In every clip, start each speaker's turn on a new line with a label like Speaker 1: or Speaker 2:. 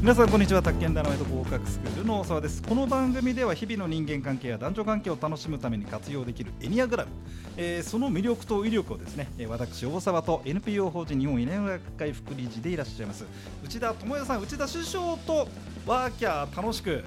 Speaker 1: 皆さんこんにちは宅建ダイナマイト合格スクールの大沢ですこの番組では日々の人間関係や男女関係を楽しむために活用できるエニアグラム、えーその魅力と威力をですねえー私大沢と NPO 法人日本エニア学会副理事でいらっしゃいます内田智也さん内田首相とワーキャー楽しく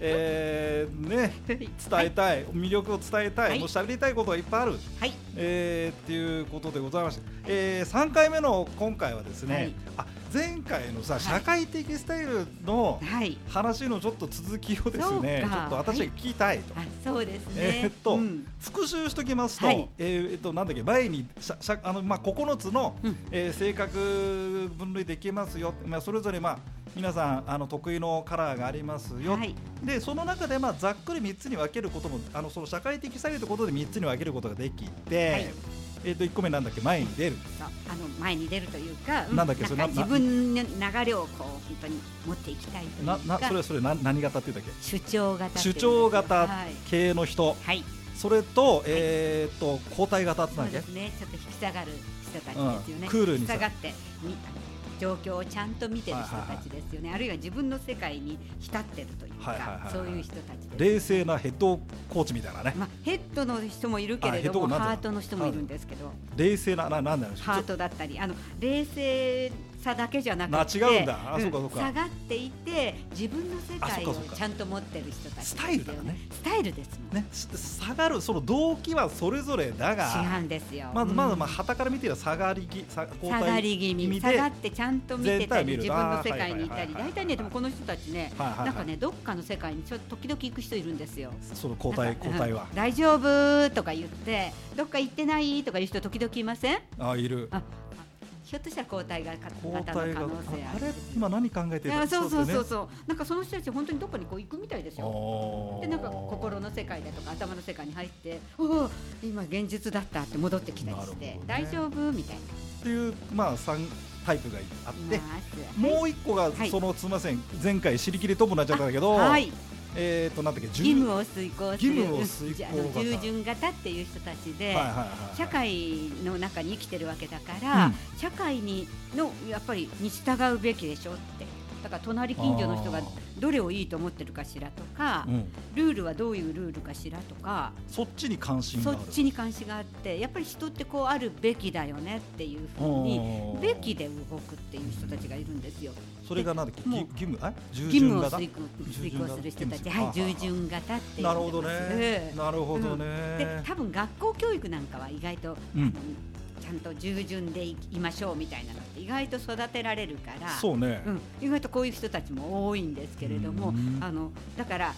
Speaker 1: えーね、伝えたい、魅力を伝えたい、
Speaker 2: はい
Speaker 1: もう喋りたいことがいっぱいある、
Speaker 2: はい、
Speaker 1: えー、っていうことでございまして、えー、3回目の今回はですね、
Speaker 2: はい
Speaker 1: あ前回のさ
Speaker 2: い
Speaker 1: 社会的スタイルの
Speaker 2: はい、
Speaker 1: 話のちょっと続きをです
Speaker 2: そうか
Speaker 1: ねちょっと私が
Speaker 2: はい
Speaker 1: 聞きたいと。
Speaker 2: あ、そうですね。
Speaker 1: えーっと
Speaker 2: うん
Speaker 1: 復習しときますと、
Speaker 2: はい
Speaker 1: えーえっとなんだっけ前にしゃしゃあのまあ9つの、
Speaker 2: うん
Speaker 1: えー性格分類できますよ。まあそれぞれまあ皆さんあの得意のカラーがありますよ。
Speaker 2: はい、
Speaker 1: でその中でまあざっくり3つに分けることもあのその社会的作用ということで3つに分けることができて、
Speaker 2: はい
Speaker 1: えっ、と1個目なんだっけ前に出る
Speaker 2: そうあの前に出るというか、う
Speaker 1: なんだっけそれ
Speaker 2: な
Speaker 1: な
Speaker 2: か自分の流れをこう本当に持っていきたいという
Speaker 1: な
Speaker 2: か、
Speaker 1: なそれはそれな何型って言うんだっ
Speaker 2: 主張型
Speaker 1: け
Speaker 2: とい
Speaker 1: 主
Speaker 2: う
Speaker 1: 張
Speaker 2: か
Speaker 1: 型
Speaker 2: はい、
Speaker 1: 系の人、
Speaker 2: はい、
Speaker 1: それと、えーっと交代型って
Speaker 2: そ
Speaker 1: な
Speaker 2: うん
Speaker 1: だ
Speaker 2: で
Speaker 1: っけ
Speaker 2: すね。ちょっと引き下がる人たちですよね。
Speaker 1: うんクールに
Speaker 2: 引き
Speaker 1: さ
Speaker 2: 下がってみ状況をちゃんと見てる人たちですよね。あるいは自分の世界に浸ってるという
Speaker 1: はいはいはいは
Speaker 2: か
Speaker 1: い、
Speaker 2: そういう人たちです。
Speaker 1: 冷静なヘッドコーチみたいなね
Speaker 2: まあヘッドの人もいるけれ
Speaker 1: あヘッド
Speaker 2: ど
Speaker 1: コー
Speaker 2: も、
Speaker 1: チなんだ
Speaker 2: ハートの人もいるんですけど。
Speaker 1: 冷静なななんだろう
Speaker 2: ハートだったりあの冷静さだけじゃなくて
Speaker 1: な違うんだあそうかそうか
Speaker 2: 下がっていて自分の世界
Speaker 1: あそう
Speaker 2: を
Speaker 1: かそうか
Speaker 2: ちゃんと持ってる人たちですよ
Speaker 1: スタイルだね
Speaker 2: スタイルですもん、
Speaker 1: ねし下がるその動機はそれぞれだ
Speaker 2: 市
Speaker 1: が
Speaker 2: 販ですよ
Speaker 1: まずまずまあ
Speaker 2: うん
Speaker 1: 旗から見てる下がり気下交
Speaker 2: 下が
Speaker 1: 代
Speaker 2: り気
Speaker 1: 意味で
Speaker 2: 味下がってちゃんと見て
Speaker 1: 全
Speaker 2: た
Speaker 1: 体を
Speaker 2: り
Speaker 1: 見る
Speaker 2: 自分の世界にい
Speaker 1: あーは
Speaker 2: た
Speaker 1: いはい
Speaker 2: り
Speaker 1: はいはい
Speaker 2: 大体ねでもこの人たちね
Speaker 1: はいはいはい
Speaker 2: なんかねどっかの世界にちょっと時々行く人いるんですよ
Speaker 1: その交代
Speaker 2: なんか
Speaker 1: 交代は
Speaker 2: うん、大丈夫とか言ってどっか行ってないとかいう人時々いません
Speaker 1: あいる
Speaker 2: ああひょっとしたら交代が方
Speaker 1: 交
Speaker 2: の可
Speaker 1: 代があ
Speaker 2: 能性あ
Speaker 1: あ
Speaker 2: る
Speaker 1: れ今何考えてる
Speaker 2: あそうそう
Speaker 1: だよ
Speaker 2: そう
Speaker 1: ね
Speaker 2: そう、なんかその人たち本当にどこにこう行くみたいですよでなんか心の世界だとか頭の世界に入っておお今現実だったって戻ってきたりして、
Speaker 1: なるほどね
Speaker 2: 大丈夫みたい
Speaker 1: っていう、まあ、3タイプがあって、
Speaker 2: な、ます
Speaker 1: もう一個が、
Speaker 2: はい
Speaker 1: そのすみません前回尻切れともなっちゃったんだけど、
Speaker 2: はい、
Speaker 1: えっ、となんだっけ義
Speaker 2: 義務を遂行する
Speaker 1: 義務を遂行型
Speaker 2: うんあの従順型っていう人たちで、
Speaker 1: はいはいはい、
Speaker 2: 社会の中に生きてるわけだから、
Speaker 1: うん
Speaker 2: 社会にのやっぱりに従うべきでしょってだから隣近所の人が
Speaker 1: あー
Speaker 2: どれをいいと思ってるかしらとか、
Speaker 1: うん、
Speaker 2: ルールはどういうルールかしらとか、
Speaker 1: そっちに関心が
Speaker 2: そ
Speaker 1: あ
Speaker 2: っ
Speaker 1: る
Speaker 2: ちに関心があってやっぱり人ってこうあるべきだよねっていうふうに
Speaker 1: に
Speaker 2: べきで動くっていう人たちがいるんですよ
Speaker 1: それがなんだっけ
Speaker 2: もう
Speaker 1: 義義務あ従
Speaker 2: 義務
Speaker 1: 順
Speaker 2: を
Speaker 1: 型
Speaker 2: 遂行
Speaker 1: 従
Speaker 2: 遂
Speaker 1: 順
Speaker 2: 行
Speaker 1: 型
Speaker 2: する人たち
Speaker 1: 義務
Speaker 2: はい従順型っていう
Speaker 1: なるほどねなるほど
Speaker 2: で
Speaker 1: ね、
Speaker 2: 多分学校教育なんかは意外と
Speaker 1: うん
Speaker 2: ちゃんと従順でいきましょうみたいなのって意外と育てられるから
Speaker 1: そうね、
Speaker 2: うん、意外とこういう人たちも多いんですけれど
Speaker 1: う
Speaker 2: も
Speaker 1: ん
Speaker 2: あのだから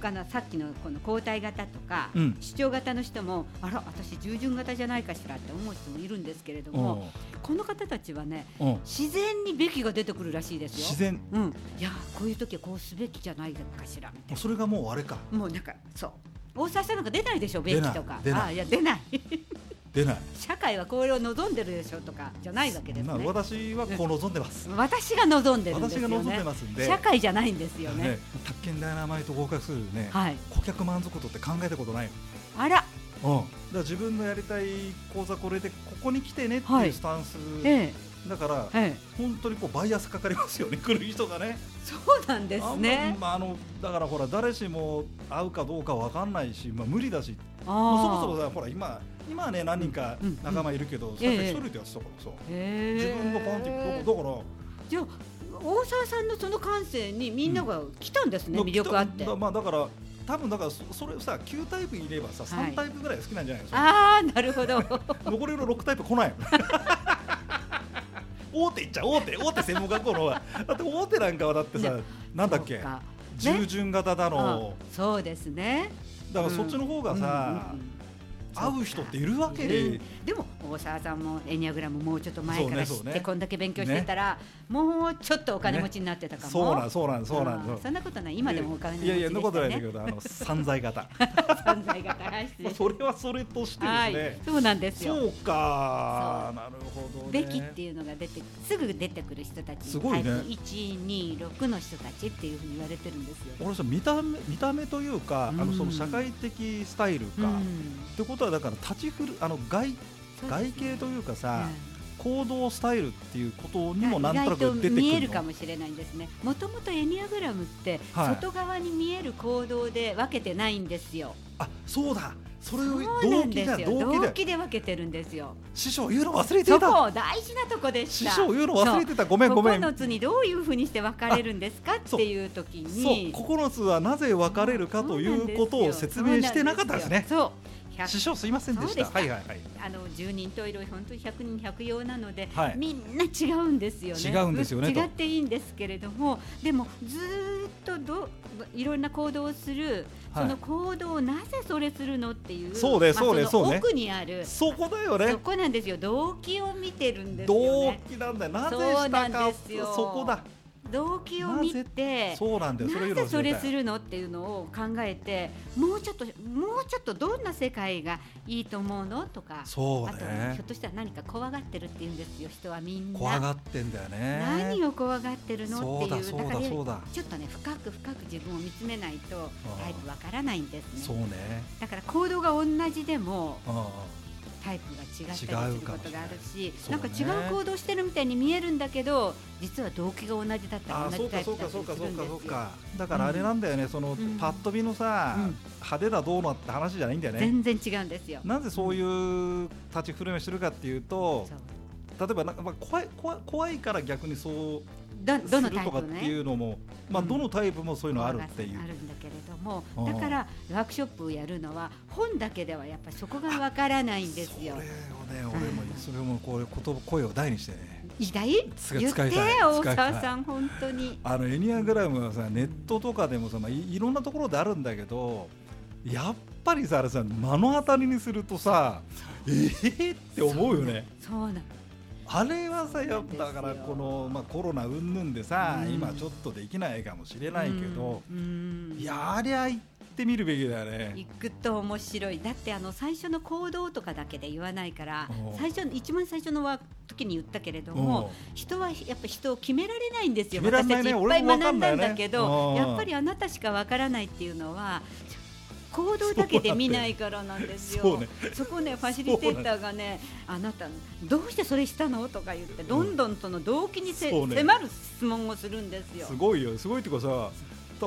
Speaker 2: 他のさっきのこの交代型とか、
Speaker 1: うん
Speaker 2: 主張型の人もあら私従順型じゃないかしらって思う人もいるんですけれど
Speaker 1: うん
Speaker 2: も、この方たちはね
Speaker 1: うん
Speaker 2: 自然にべきが出てくるらしいですよ。
Speaker 1: 自然
Speaker 2: うん、いやこういう時はこうすべきじゃないかしらみたい
Speaker 1: それがもうあれか
Speaker 2: なもうなんかそう大沢さんなんか出ないでしょべきとか
Speaker 1: 出ない出ない
Speaker 2: あいや出ない
Speaker 1: 出ない
Speaker 2: 社会はこれを望んでるでしょとかじゃないわけです
Speaker 1: な
Speaker 2: ね
Speaker 1: 私はこう望んでます、
Speaker 2: 私が望んでるんです
Speaker 1: 私
Speaker 2: よね
Speaker 1: が望んでますんで
Speaker 2: 社会じゃないんですよね
Speaker 1: ね宅建ダイナマイト合格するね、
Speaker 2: はい
Speaker 1: 顧客満足度って考えたことないの
Speaker 2: あら
Speaker 1: うん、だから自分のやりたい講座これでここに来てねって
Speaker 2: はいいう
Speaker 1: スタンス、
Speaker 2: え
Speaker 1: だから
Speaker 2: えええ
Speaker 1: 本当にこうバイアスかかりますよね来る人がね
Speaker 2: そうなんです
Speaker 1: あん
Speaker 2: ね
Speaker 1: ままああのだからほら誰しも会うかどうかわかんないし、まあ、無理だし
Speaker 2: あ
Speaker 1: もう
Speaker 2: あ
Speaker 1: そもそもさほら今今はね何人か
Speaker 2: うん
Speaker 1: 仲間いるけど、
Speaker 2: ん
Speaker 1: それ
Speaker 2: ええ
Speaker 1: 一人でやってたからさ、
Speaker 2: へえ
Speaker 1: 自分のパンっていうだから
Speaker 2: じゃあ大沢さんのその感性にみんなが来たんですね、
Speaker 1: だ
Speaker 2: 魅力あって
Speaker 1: だまあだから多分だからそそれをさ9タイプいればさ
Speaker 2: はい
Speaker 1: 3タイプぐらい好きなんじゃないですか、
Speaker 2: ああなるほど
Speaker 1: 残りの6タイプ来ないの 大手いっちゃう大手大手専門学校の方がだって大手なんかはだってさ、
Speaker 2: ね
Speaker 1: なんだっけ
Speaker 2: そうか
Speaker 1: 従順型だ
Speaker 2: あ
Speaker 1: の
Speaker 2: そうですね
Speaker 1: だからそっちの方がさ、
Speaker 2: うんうんうん
Speaker 1: 会う人っているわけで、
Speaker 2: うんでも大沢さんもエニアグラムもうちょっと前から知
Speaker 1: そうねそ
Speaker 2: っ
Speaker 1: うね
Speaker 2: てこんだけ勉強してたらもうちょっとお金持ちになってたかも
Speaker 1: そうなんそうなんそうなん
Speaker 2: あーそんなことない今でもお金持ち
Speaker 1: いやいや
Speaker 2: で
Speaker 1: そんなこと ないんだ
Speaker 2: し
Speaker 1: けどあの散財型
Speaker 2: た ね存在が高いし
Speaker 1: まあそれはそれとして
Speaker 2: はい
Speaker 1: ですね、
Speaker 2: そうなんですよ
Speaker 1: そうかなるほどね
Speaker 2: べきっていうのが出てすぐ出てくる人たち
Speaker 1: すごいね
Speaker 2: タイプ126の人たちっていうふうに言われてるんですよ。
Speaker 1: 俺さ見た目見た目というか、あ
Speaker 2: う
Speaker 1: の
Speaker 2: ん
Speaker 1: その社会的スタイルか、
Speaker 2: う
Speaker 1: っ
Speaker 2: ん
Speaker 1: てことはだから立ち振るあの外
Speaker 2: そうですね
Speaker 1: 外形というかさ、行動スタイルっていうことにも
Speaker 2: は
Speaker 1: ないんとな
Speaker 2: 意外
Speaker 1: く出
Speaker 2: と
Speaker 1: てくるの
Speaker 2: 見えるかもしれないんですねもともとエニアグラムって
Speaker 1: はい
Speaker 2: 外側に見える行動で分けてないんですよ、
Speaker 1: あそうだそれを
Speaker 2: そうな
Speaker 1: 動
Speaker 2: ん
Speaker 1: 機
Speaker 2: で
Speaker 1: だ
Speaker 2: すよ動
Speaker 1: 動
Speaker 2: 機
Speaker 1: 機だ
Speaker 2: で分けてるんですよ
Speaker 1: 師匠言うの忘れて
Speaker 2: そ
Speaker 1: た
Speaker 2: こ大事なとこでし
Speaker 1: 師
Speaker 2: た
Speaker 1: 匠言うの忘れてたごめんごめん
Speaker 2: 9つにどういうふうにして分かれるんですか
Speaker 1: そう
Speaker 2: っていう時
Speaker 1: そう
Speaker 2: に
Speaker 1: 9つはなぜ分かれるかということを説明してなかったですね
Speaker 2: そうなんです
Speaker 1: 師
Speaker 2: よ
Speaker 1: 匠すいませんでした
Speaker 2: そうでした
Speaker 1: はいはいはい
Speaker 2: あの十人十色本当に百人百様なので、
Speaker 1: はい
Speaker 2: みんな違うんですよね。
Speaker 1: 違うんですよねと
Speaker 2: 違っていいんですけれども、でもずーっとどいろんな行動をする、
Speaker 1: はい
Speaker 2: その行動をなぜそれするのっていう、
Speaker 1: そうね
Speaker 2: まあ
Speaker 1: そうね
Speaker 2: そ
Speaker 1: そ
Speaker 2: の
Speaker 1: うね
Speaker 2: 奥にある、
Speaker 1: そこだよね
Speaker 2: そこなんですよ。動機を見てるんですよ
Speaker 1: 動
Speaker 2: ね。
Speaker 1: 機なんだよなぜ
Speaker 2: そ
Speaker 1: し
Speaker 2: うな
Speaker 1: た
Speaker 2: ん
Speaker 1: か
Speaker 2: ですよ
Speaker 1: そこだ
Speaker 2: 動機を見て。
Speaker 1: そうなんだよそれ言
Speaker 2: な
Speaker 1: うの
Speaker 2: ぜ
Speaker 1: 忘れ
Speaker 2: それ
Speaker 1: てた
Speaker 2: するのっていうのを考えてもうちょっともうちょっとどんな世界がいいと思うのとか
Speaker 1: そう
Speaker 2: あとねひ
Speaker 1: ね
Speaker 2: ょっとしたら何か怖がってるっていうんですよ人はみんな
Speaker 1: 怖がってんだよね
Speaker 2: 何を怖がってるの
Speaker 1: そ
Speaker 2: っ
Speaker 1: う
Speaker 2: てい
Speaker 1: だ
Speaker 2: う
Speaker 1: そう
Speaker 2: から
Speaker 1: だそうだ
Speaker 2: ちょっとね深く深く自分を見つめないと
Speaker 1: あー
Speaker 2: タイプわからないんです
Speaker 1: そう
Speaker 2: ね
Speaker 1: ね
Speaker 2: だから行動が同じでも
Speaker 1: うんうん
Speaker 2: タイプが違ったりすることがあるし
Speaker 1: 違うかもしれない
Speaker 2: なんか違う行動してるみたいに見えるんだけど実は動機が同じだった
Speaker 1: あ
Speaker 2: り
Speaker 1: ー
Speaker 2: 同
Speaker 1: そ
Speaker 2: じ
Speaker 1: う
Speaker 2: タ
Speaker 1: か
Speaker 2: イ
Speaker 1: そう
Speaker 2: プだ
Speaker 1: か
Speaker 2: った
Speaker 1: そうかそ
Speaker 2: りする
Speaker 1: うんか
Speaker 2: で
Speaker 1: そ
Speaker 2: すよ
Speaker 1: うかだからあれなんだよねその
Speaker 2: うん
Speaker 1: パッと見のさ
Speaker 2: うん
Speaker 1: 派手などうのって話じゃないんだよね
Speaker 2: 全然違うんですよ
Speaker 1: なぜそういう立ち振る舞いをしてるかっていうと
Speaker 2: そう
Speaker 1: 例えばなんかまあ怖い怖い怖いから逆にそう
Speaker 2: ど
Speaker 1: す
Speaker 2: どの
Speaker 1: る
Speaker 2: タイ
Speaker 1: とかっ
Speaker 2: プ
Speaker 1: て
Speaker 2: ね
Speaker 1: いうのも、まあ、
Speaker 2: うん
Speaker 1: どのタイプもそういうのあるっていう
Speaker 2: あ。るんだけれども
Speaker 1: うん
Speaker 2: だからワークショップをやるのは本だけではやっぱそこがわからないんですよ
Speaker 1: それをね、俺も
Speaker 2: うん
Speaker 1: それもこう言葉声を大にしてね。
Speaker 2: 偉大
Speaker 1: 使い
Speaker 2: 言って
Speaker 1: 使いたい
Speaker 2: 大
Speaker 1: 使いたい
Speaker 2: 沢さん本当に
Speaker 1: あのエニアグラムはさネットとかでもさ、まあ、いいろんなところであるんだけどやっぱりさあれさ目の当たりにするとさえー、って思うよね。
Speaker 2: そうなの
Speaker 1: あれはさやっ
Speaker 2: そう
Speaker 1: ぱだ
Speaker 2: なんですよ
Speaker 1: からこの、まあ、コロナ云々でさ、
Speaker 2: うん
Speaker 1: 今ちょっとできないかもしれないけど、
Speaker 2: うんうん
Speaker 1: やりゃ行ってみるべきだよね。
Speaker 2: 行くと面白いだってあの最初の行動とかだけで言わないから
Speaker 1: おう
Speaker 2: 最初一番最初のワーク時に言ったけれど
Speaker 1: うん
Speaker 2: も人はやっぱ人を決められないんですよ
Speaker 1: 決められないね
Speaker 2: 私たちいっぱい
Speaker 1: 俺もわか
Speaker 2: 学
Speaker 1: ん
Speaker 2: ん
Speaker 1: ない
Speaker 2: だ
Speaker 1: ね
Speaker 2: んだけ
Speaker 1: う
Speaker 2: ど
Speaker 1: ん
Speaker 2: やっぱりあなたしかわからないっていうのは行動だけで見ないからなんですよ。
Speaker 1: そうね
Speaker 2: そこねファシリテーターがねあなたどうしてそれしたのとか言ってどんどんその動機にせ、
Speaker 1: そうね
Speaker 2: 迫る質問をするんですよ。
Speaker 1: すごいよ、すごいっていうかさ、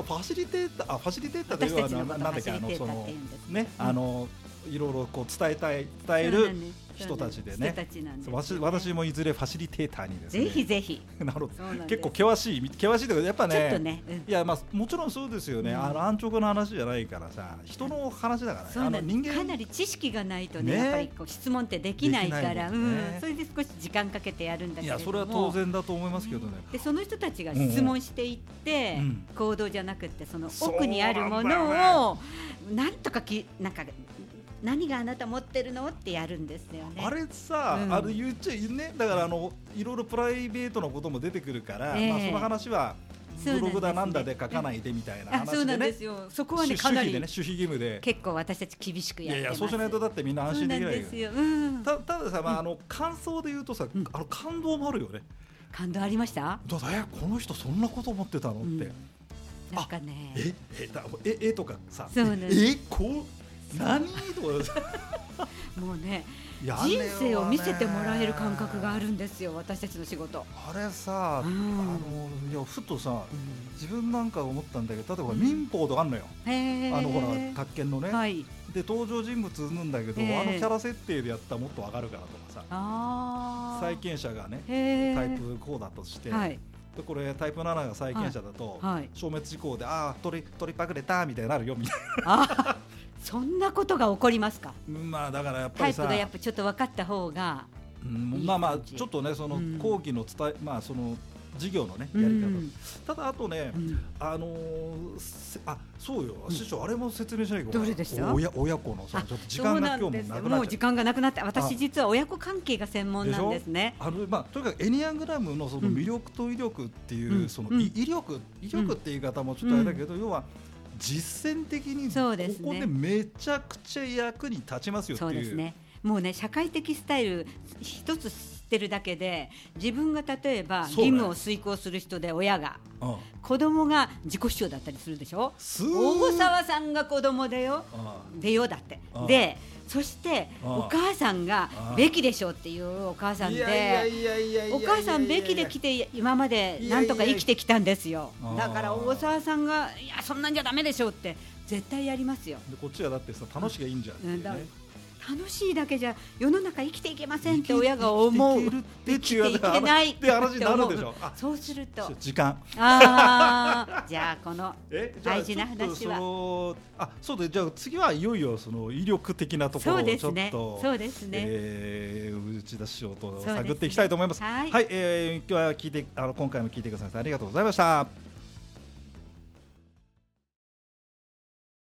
Speaker 1: ファシリテーター、あ、ファシリテーターとい
Speaker 2: 私
Speaker 1: う
Speaker 2: たち
Speaker 1: の
Speaker 2: の
Speaker 1: はな
Speaker 2: こと
Speaker 1: な
Speaker 2: を
Speaker 1: ん
Speaker 2: フ
Speaker 1: だ
Speaker 2: ァ
Speaker 1: っけ、
Speaker 2: シ
Speaker 1: あ
Speaker 2: リテ
Speaker 1: の、そ
Speaker 2: ーターって
Speaker 1: の
Speaker 2: 言うんです。
Speaker 1: ね、あの、いろいろこう伝えたい、伝える。人たちでね
Speaker 2: 人たちなんですよ
Speaker 1: 私、
Speaker 2: ね
Speaker 1: 私もいずれファシリテーターにですね。
Speaker 2: ぜひぜひ。
Speaker 1: なるほど
Speaker 2: そうなんです
Speaker 1: 結構険しい、険しいというか、やっぱ
Speaker 2: ちょっ
Speaker 1: ね。
Speaker 2: とね、うん
Speaker 1: いやまあ、もちろんそうですよね、
Speaker 2: うん
Speaker 1: あの安直な話じゃないからさ、人の話だから、ね、
Speaker 2: そう
Speaker 1: あ
Speaker 2: な
Speaker 1: の人
Speaker 2: んですか
Speaker 1: 間
Speaker 2: なり知識がないとね
Speaker 1: ね
Speaker 2: やっぱりこう質問ってできないか
Speaker 1: できない
Speaker 2: ら、
Speaker 1: もんね
Speaker 2: うん、それで少し時間かけてやるんだ
Speaker 1: い
Speaker 2: けれど
Speaker 1: や、
Speaker 2: も
Speaker 1: それは当然だと思いますけどね、
Speaker 2: でその人たちが質問していって、
Speaker 1: うんうん
Speaker 2: 行動じゃなくってその
Speaker 1: そう
Speaker 2: 奥にあるも
Speaker 1: なんだよ
Speaker 2: のをなんとかきなんか何があなた持ってるのってやるんですよね。
Speaker 1: あれさ、
Speaker 2: うん
Speaker 1: あれ言っちゃいねだからあのいろいろプライベートのことも出てくるから、
Speaker 2: ええ
Speaker 1: まあ、その話は
Speaker 2: そう
Speaker 1: ブ
Speaker 2: なんですね
Speaker 1: ログだなんだで書かないでみたいな
Speaker 2: あそ
Speaker 1: 話で
Speaker 2: うなんで
Speaker 1: ね
Speaker 2: すよ。そこは
Speaker 1: 主
Speaker 2: ね
Speaker 1: 主
Speaker 2: かな
Speaker 1: 義でね守
Speaker 2: り、
Speaker 1: 秘義務で
Speaker 2: 結構私たち厳しく
Speaker 1: い
Speaker 2: やっ
Speaker 1: や
Speaker 2: て
Speaker 1: い
Speaker 2: ま
Speaker 1: や
Speaker 2: す。
Speaker 1: そうしないとだってみんな安
Speaker 2: そ
Speaker 1: 心
Speaker 2: う
Speaker 1: で
Speaker 2: なん
Speaker 1: きない
Speaker 2: で
Speaker 1: よ
Speaker 2: すよ。うん。
Speaker 1: たたださ、まあ、あの感想で言うとさ、
Speaker 2: うん
Speaker 1: あの感動もあるよね
Speaker 2: 感動ありました？
Speaker 1: だってえこの人そんなこと思ってたのって、
Speaker 2: うん
Speaker 1: え
Speaker 2: なんかね。
Speaker 1: えだええとかさ
Speaker 2: そうなんです
Speaker 1: えこう何と か
Speaker 2: もうね
Speaker 1: やね
Speaker 2: 人生を見せてもらえる感覚があ
Speaker 1: る
Speaker 2: るんですよ私たちの仕事、
Speaker 1: あれさ、
Speaker 2: うん
Speaker 1: あのいやふとさ自分なんか思ったんだけど例えば民法とかあんのよ、
Speaker 2: へー
Speaker 1: あのほら宅建のね、
Speaker 2: はい
Speaker 1: で登場人物うんぬんだけど、
Speaker 2: ええ
Speaker 1: あのキャラ設定でやったらもっとわかるからとか
Speaker 2: あ
Speaker 1: さ
Speaker 2: ー
Speaker 1: 債権者がね
Speaker 2: へー
Speaker 1: タイプこうだとして、
Speaker 2: はい
Speaker 1: でこれタイプ7が債権者だと、
Speaker 2: はい
Speaker 1: 消滅事項でああ取り取りパクれたみたいになるよみたい
Speaker 2: あそんなことが起こりますか
Speaker 1: なまあだからやっぱ
Speaker 2: タ
Speaker 1: り
Speaker 2: イプ
Speaker 1: さ
Speaker 2: がやっぱちょっと分かった方が
Speaker 1: うん
Speaker 2: いい
Speaker 1: まあまあ
Speaker 2: 感じ
Speaker 1: ちょっとねその
Speaker 2: うん
Speaker 1: 後期の伝え、まあその事業のねやり方、
Speaker 2: うん
Speaker 1: ただあとね、
Speaker 2: うん
Speaker 1: あのーせあそうよ、
Speaker 2: ん
Speaker 1: 師匠あれも説明しなきゃいけない
Speaker 2: どれでした
Speaker 1: 親親子のさ
Speaker 2: あ
Speaker 1: ちょっと時
Speaker 2: そう
Speaker 1: 間が
Speaker 2: な
Speaker 1: 今
Speaker 2: ん
Speaker 1: 日
Speaker 2: で
Speaker 1: も
Speaker 2: す
Speaker 1: な
Speaker 2: よ
Speaker 1: くな
Speaker 2: も
Speaker 1: っ
Speaker 2: う
Speaker 1: ちゃ
Speaker 2: 時
Speaker 1: う
Speaker 2: 間がなくなって私
Speaker 1: あ
Speaker 2: 実は親子関係が専門なんですね
Speaker 1: あのまあとにかくエニアグラムのその
Speaker 2: うん
Speaker 1: 魅力と威力っていう、
Speaker 2: うん
Speaker 1: その
Speaker 2: うん
Speaker 1: い威力威力っていう言い方もちょっとあれだけど、要は実践的に
Speaker 2: そうですね
Speaker 1: ここでめちゃくちゃ役に立ちますよって
Speaker 2: そう
Speaker 1: いう
Speaker 2: ですねもうね社会的スタイル一つってるだけで自分が例えば義
Speaker 1: そうね
Speaker 2: 務を遂行する人で親が
Speaker 1: うん
Speaker 2: 子供が自己主張だったりするでしょ
Speaker 1: すー
Speaker 2: 大沢さんが子供だよ
Speaker 1: うん
Speaker 2: 出ようだって
Speaker 1: ああ
Speaker 2: でそして
Speaker 1: ああ
Speaker 2: お母さんが
Speaker 1: ああ
Speaker 2: べきでしょうっていうお母さん
Speaker 1: いやいや
Speaker 2: で
Speaker 1: いやいやいや
Speaker 2: お母さんべきで来て今までなんとか生きてきたんですよ
Speaker 1: いやいや
Speaker 2: だから大沢さんがいやそんなんじゃダメでしょうって絶対やりますよ
Speaker 1: でこっちはだってさ楽しがいいんじゃんっていうね
Speaker 2: うんだ楽しいだけじゃ世の中生きていけませんって親が
Speaker 1: 生きて
Speaker 2: 思う
Speaker 1: いけるって
Speaker 2: 生きていけない
Speaker 1: って話になるでし
Speaker 2: って
Speaker 1: ょ
Speaker 2: 思う
Speaker 1: あ
Speaker 2: そうすると
Speaker 1: そう時間
Speaker 2: ああじゃあこの
Speaker 1: えじゃあ
Speaker 2: 大事な話
Speaker 1: ち
Speaker 2: は
Speaker 1: ょっとそのあそうだじゃあ次はいよいよその威力的なところをち
Speaker 2: そう
Speaker 1: ょ
Speaker 2: で
Speaker 1: っと
Speaker 2: すねそうですね
Speaker 1: えー打ち出しようと
Speaker 2: そうですね
Speaker 1: 探っていきたいと思います。
Speaker 2: はい
Speaker 1: はい、えー今日は聞いてあの今回も聞いてくださってありがとうございました。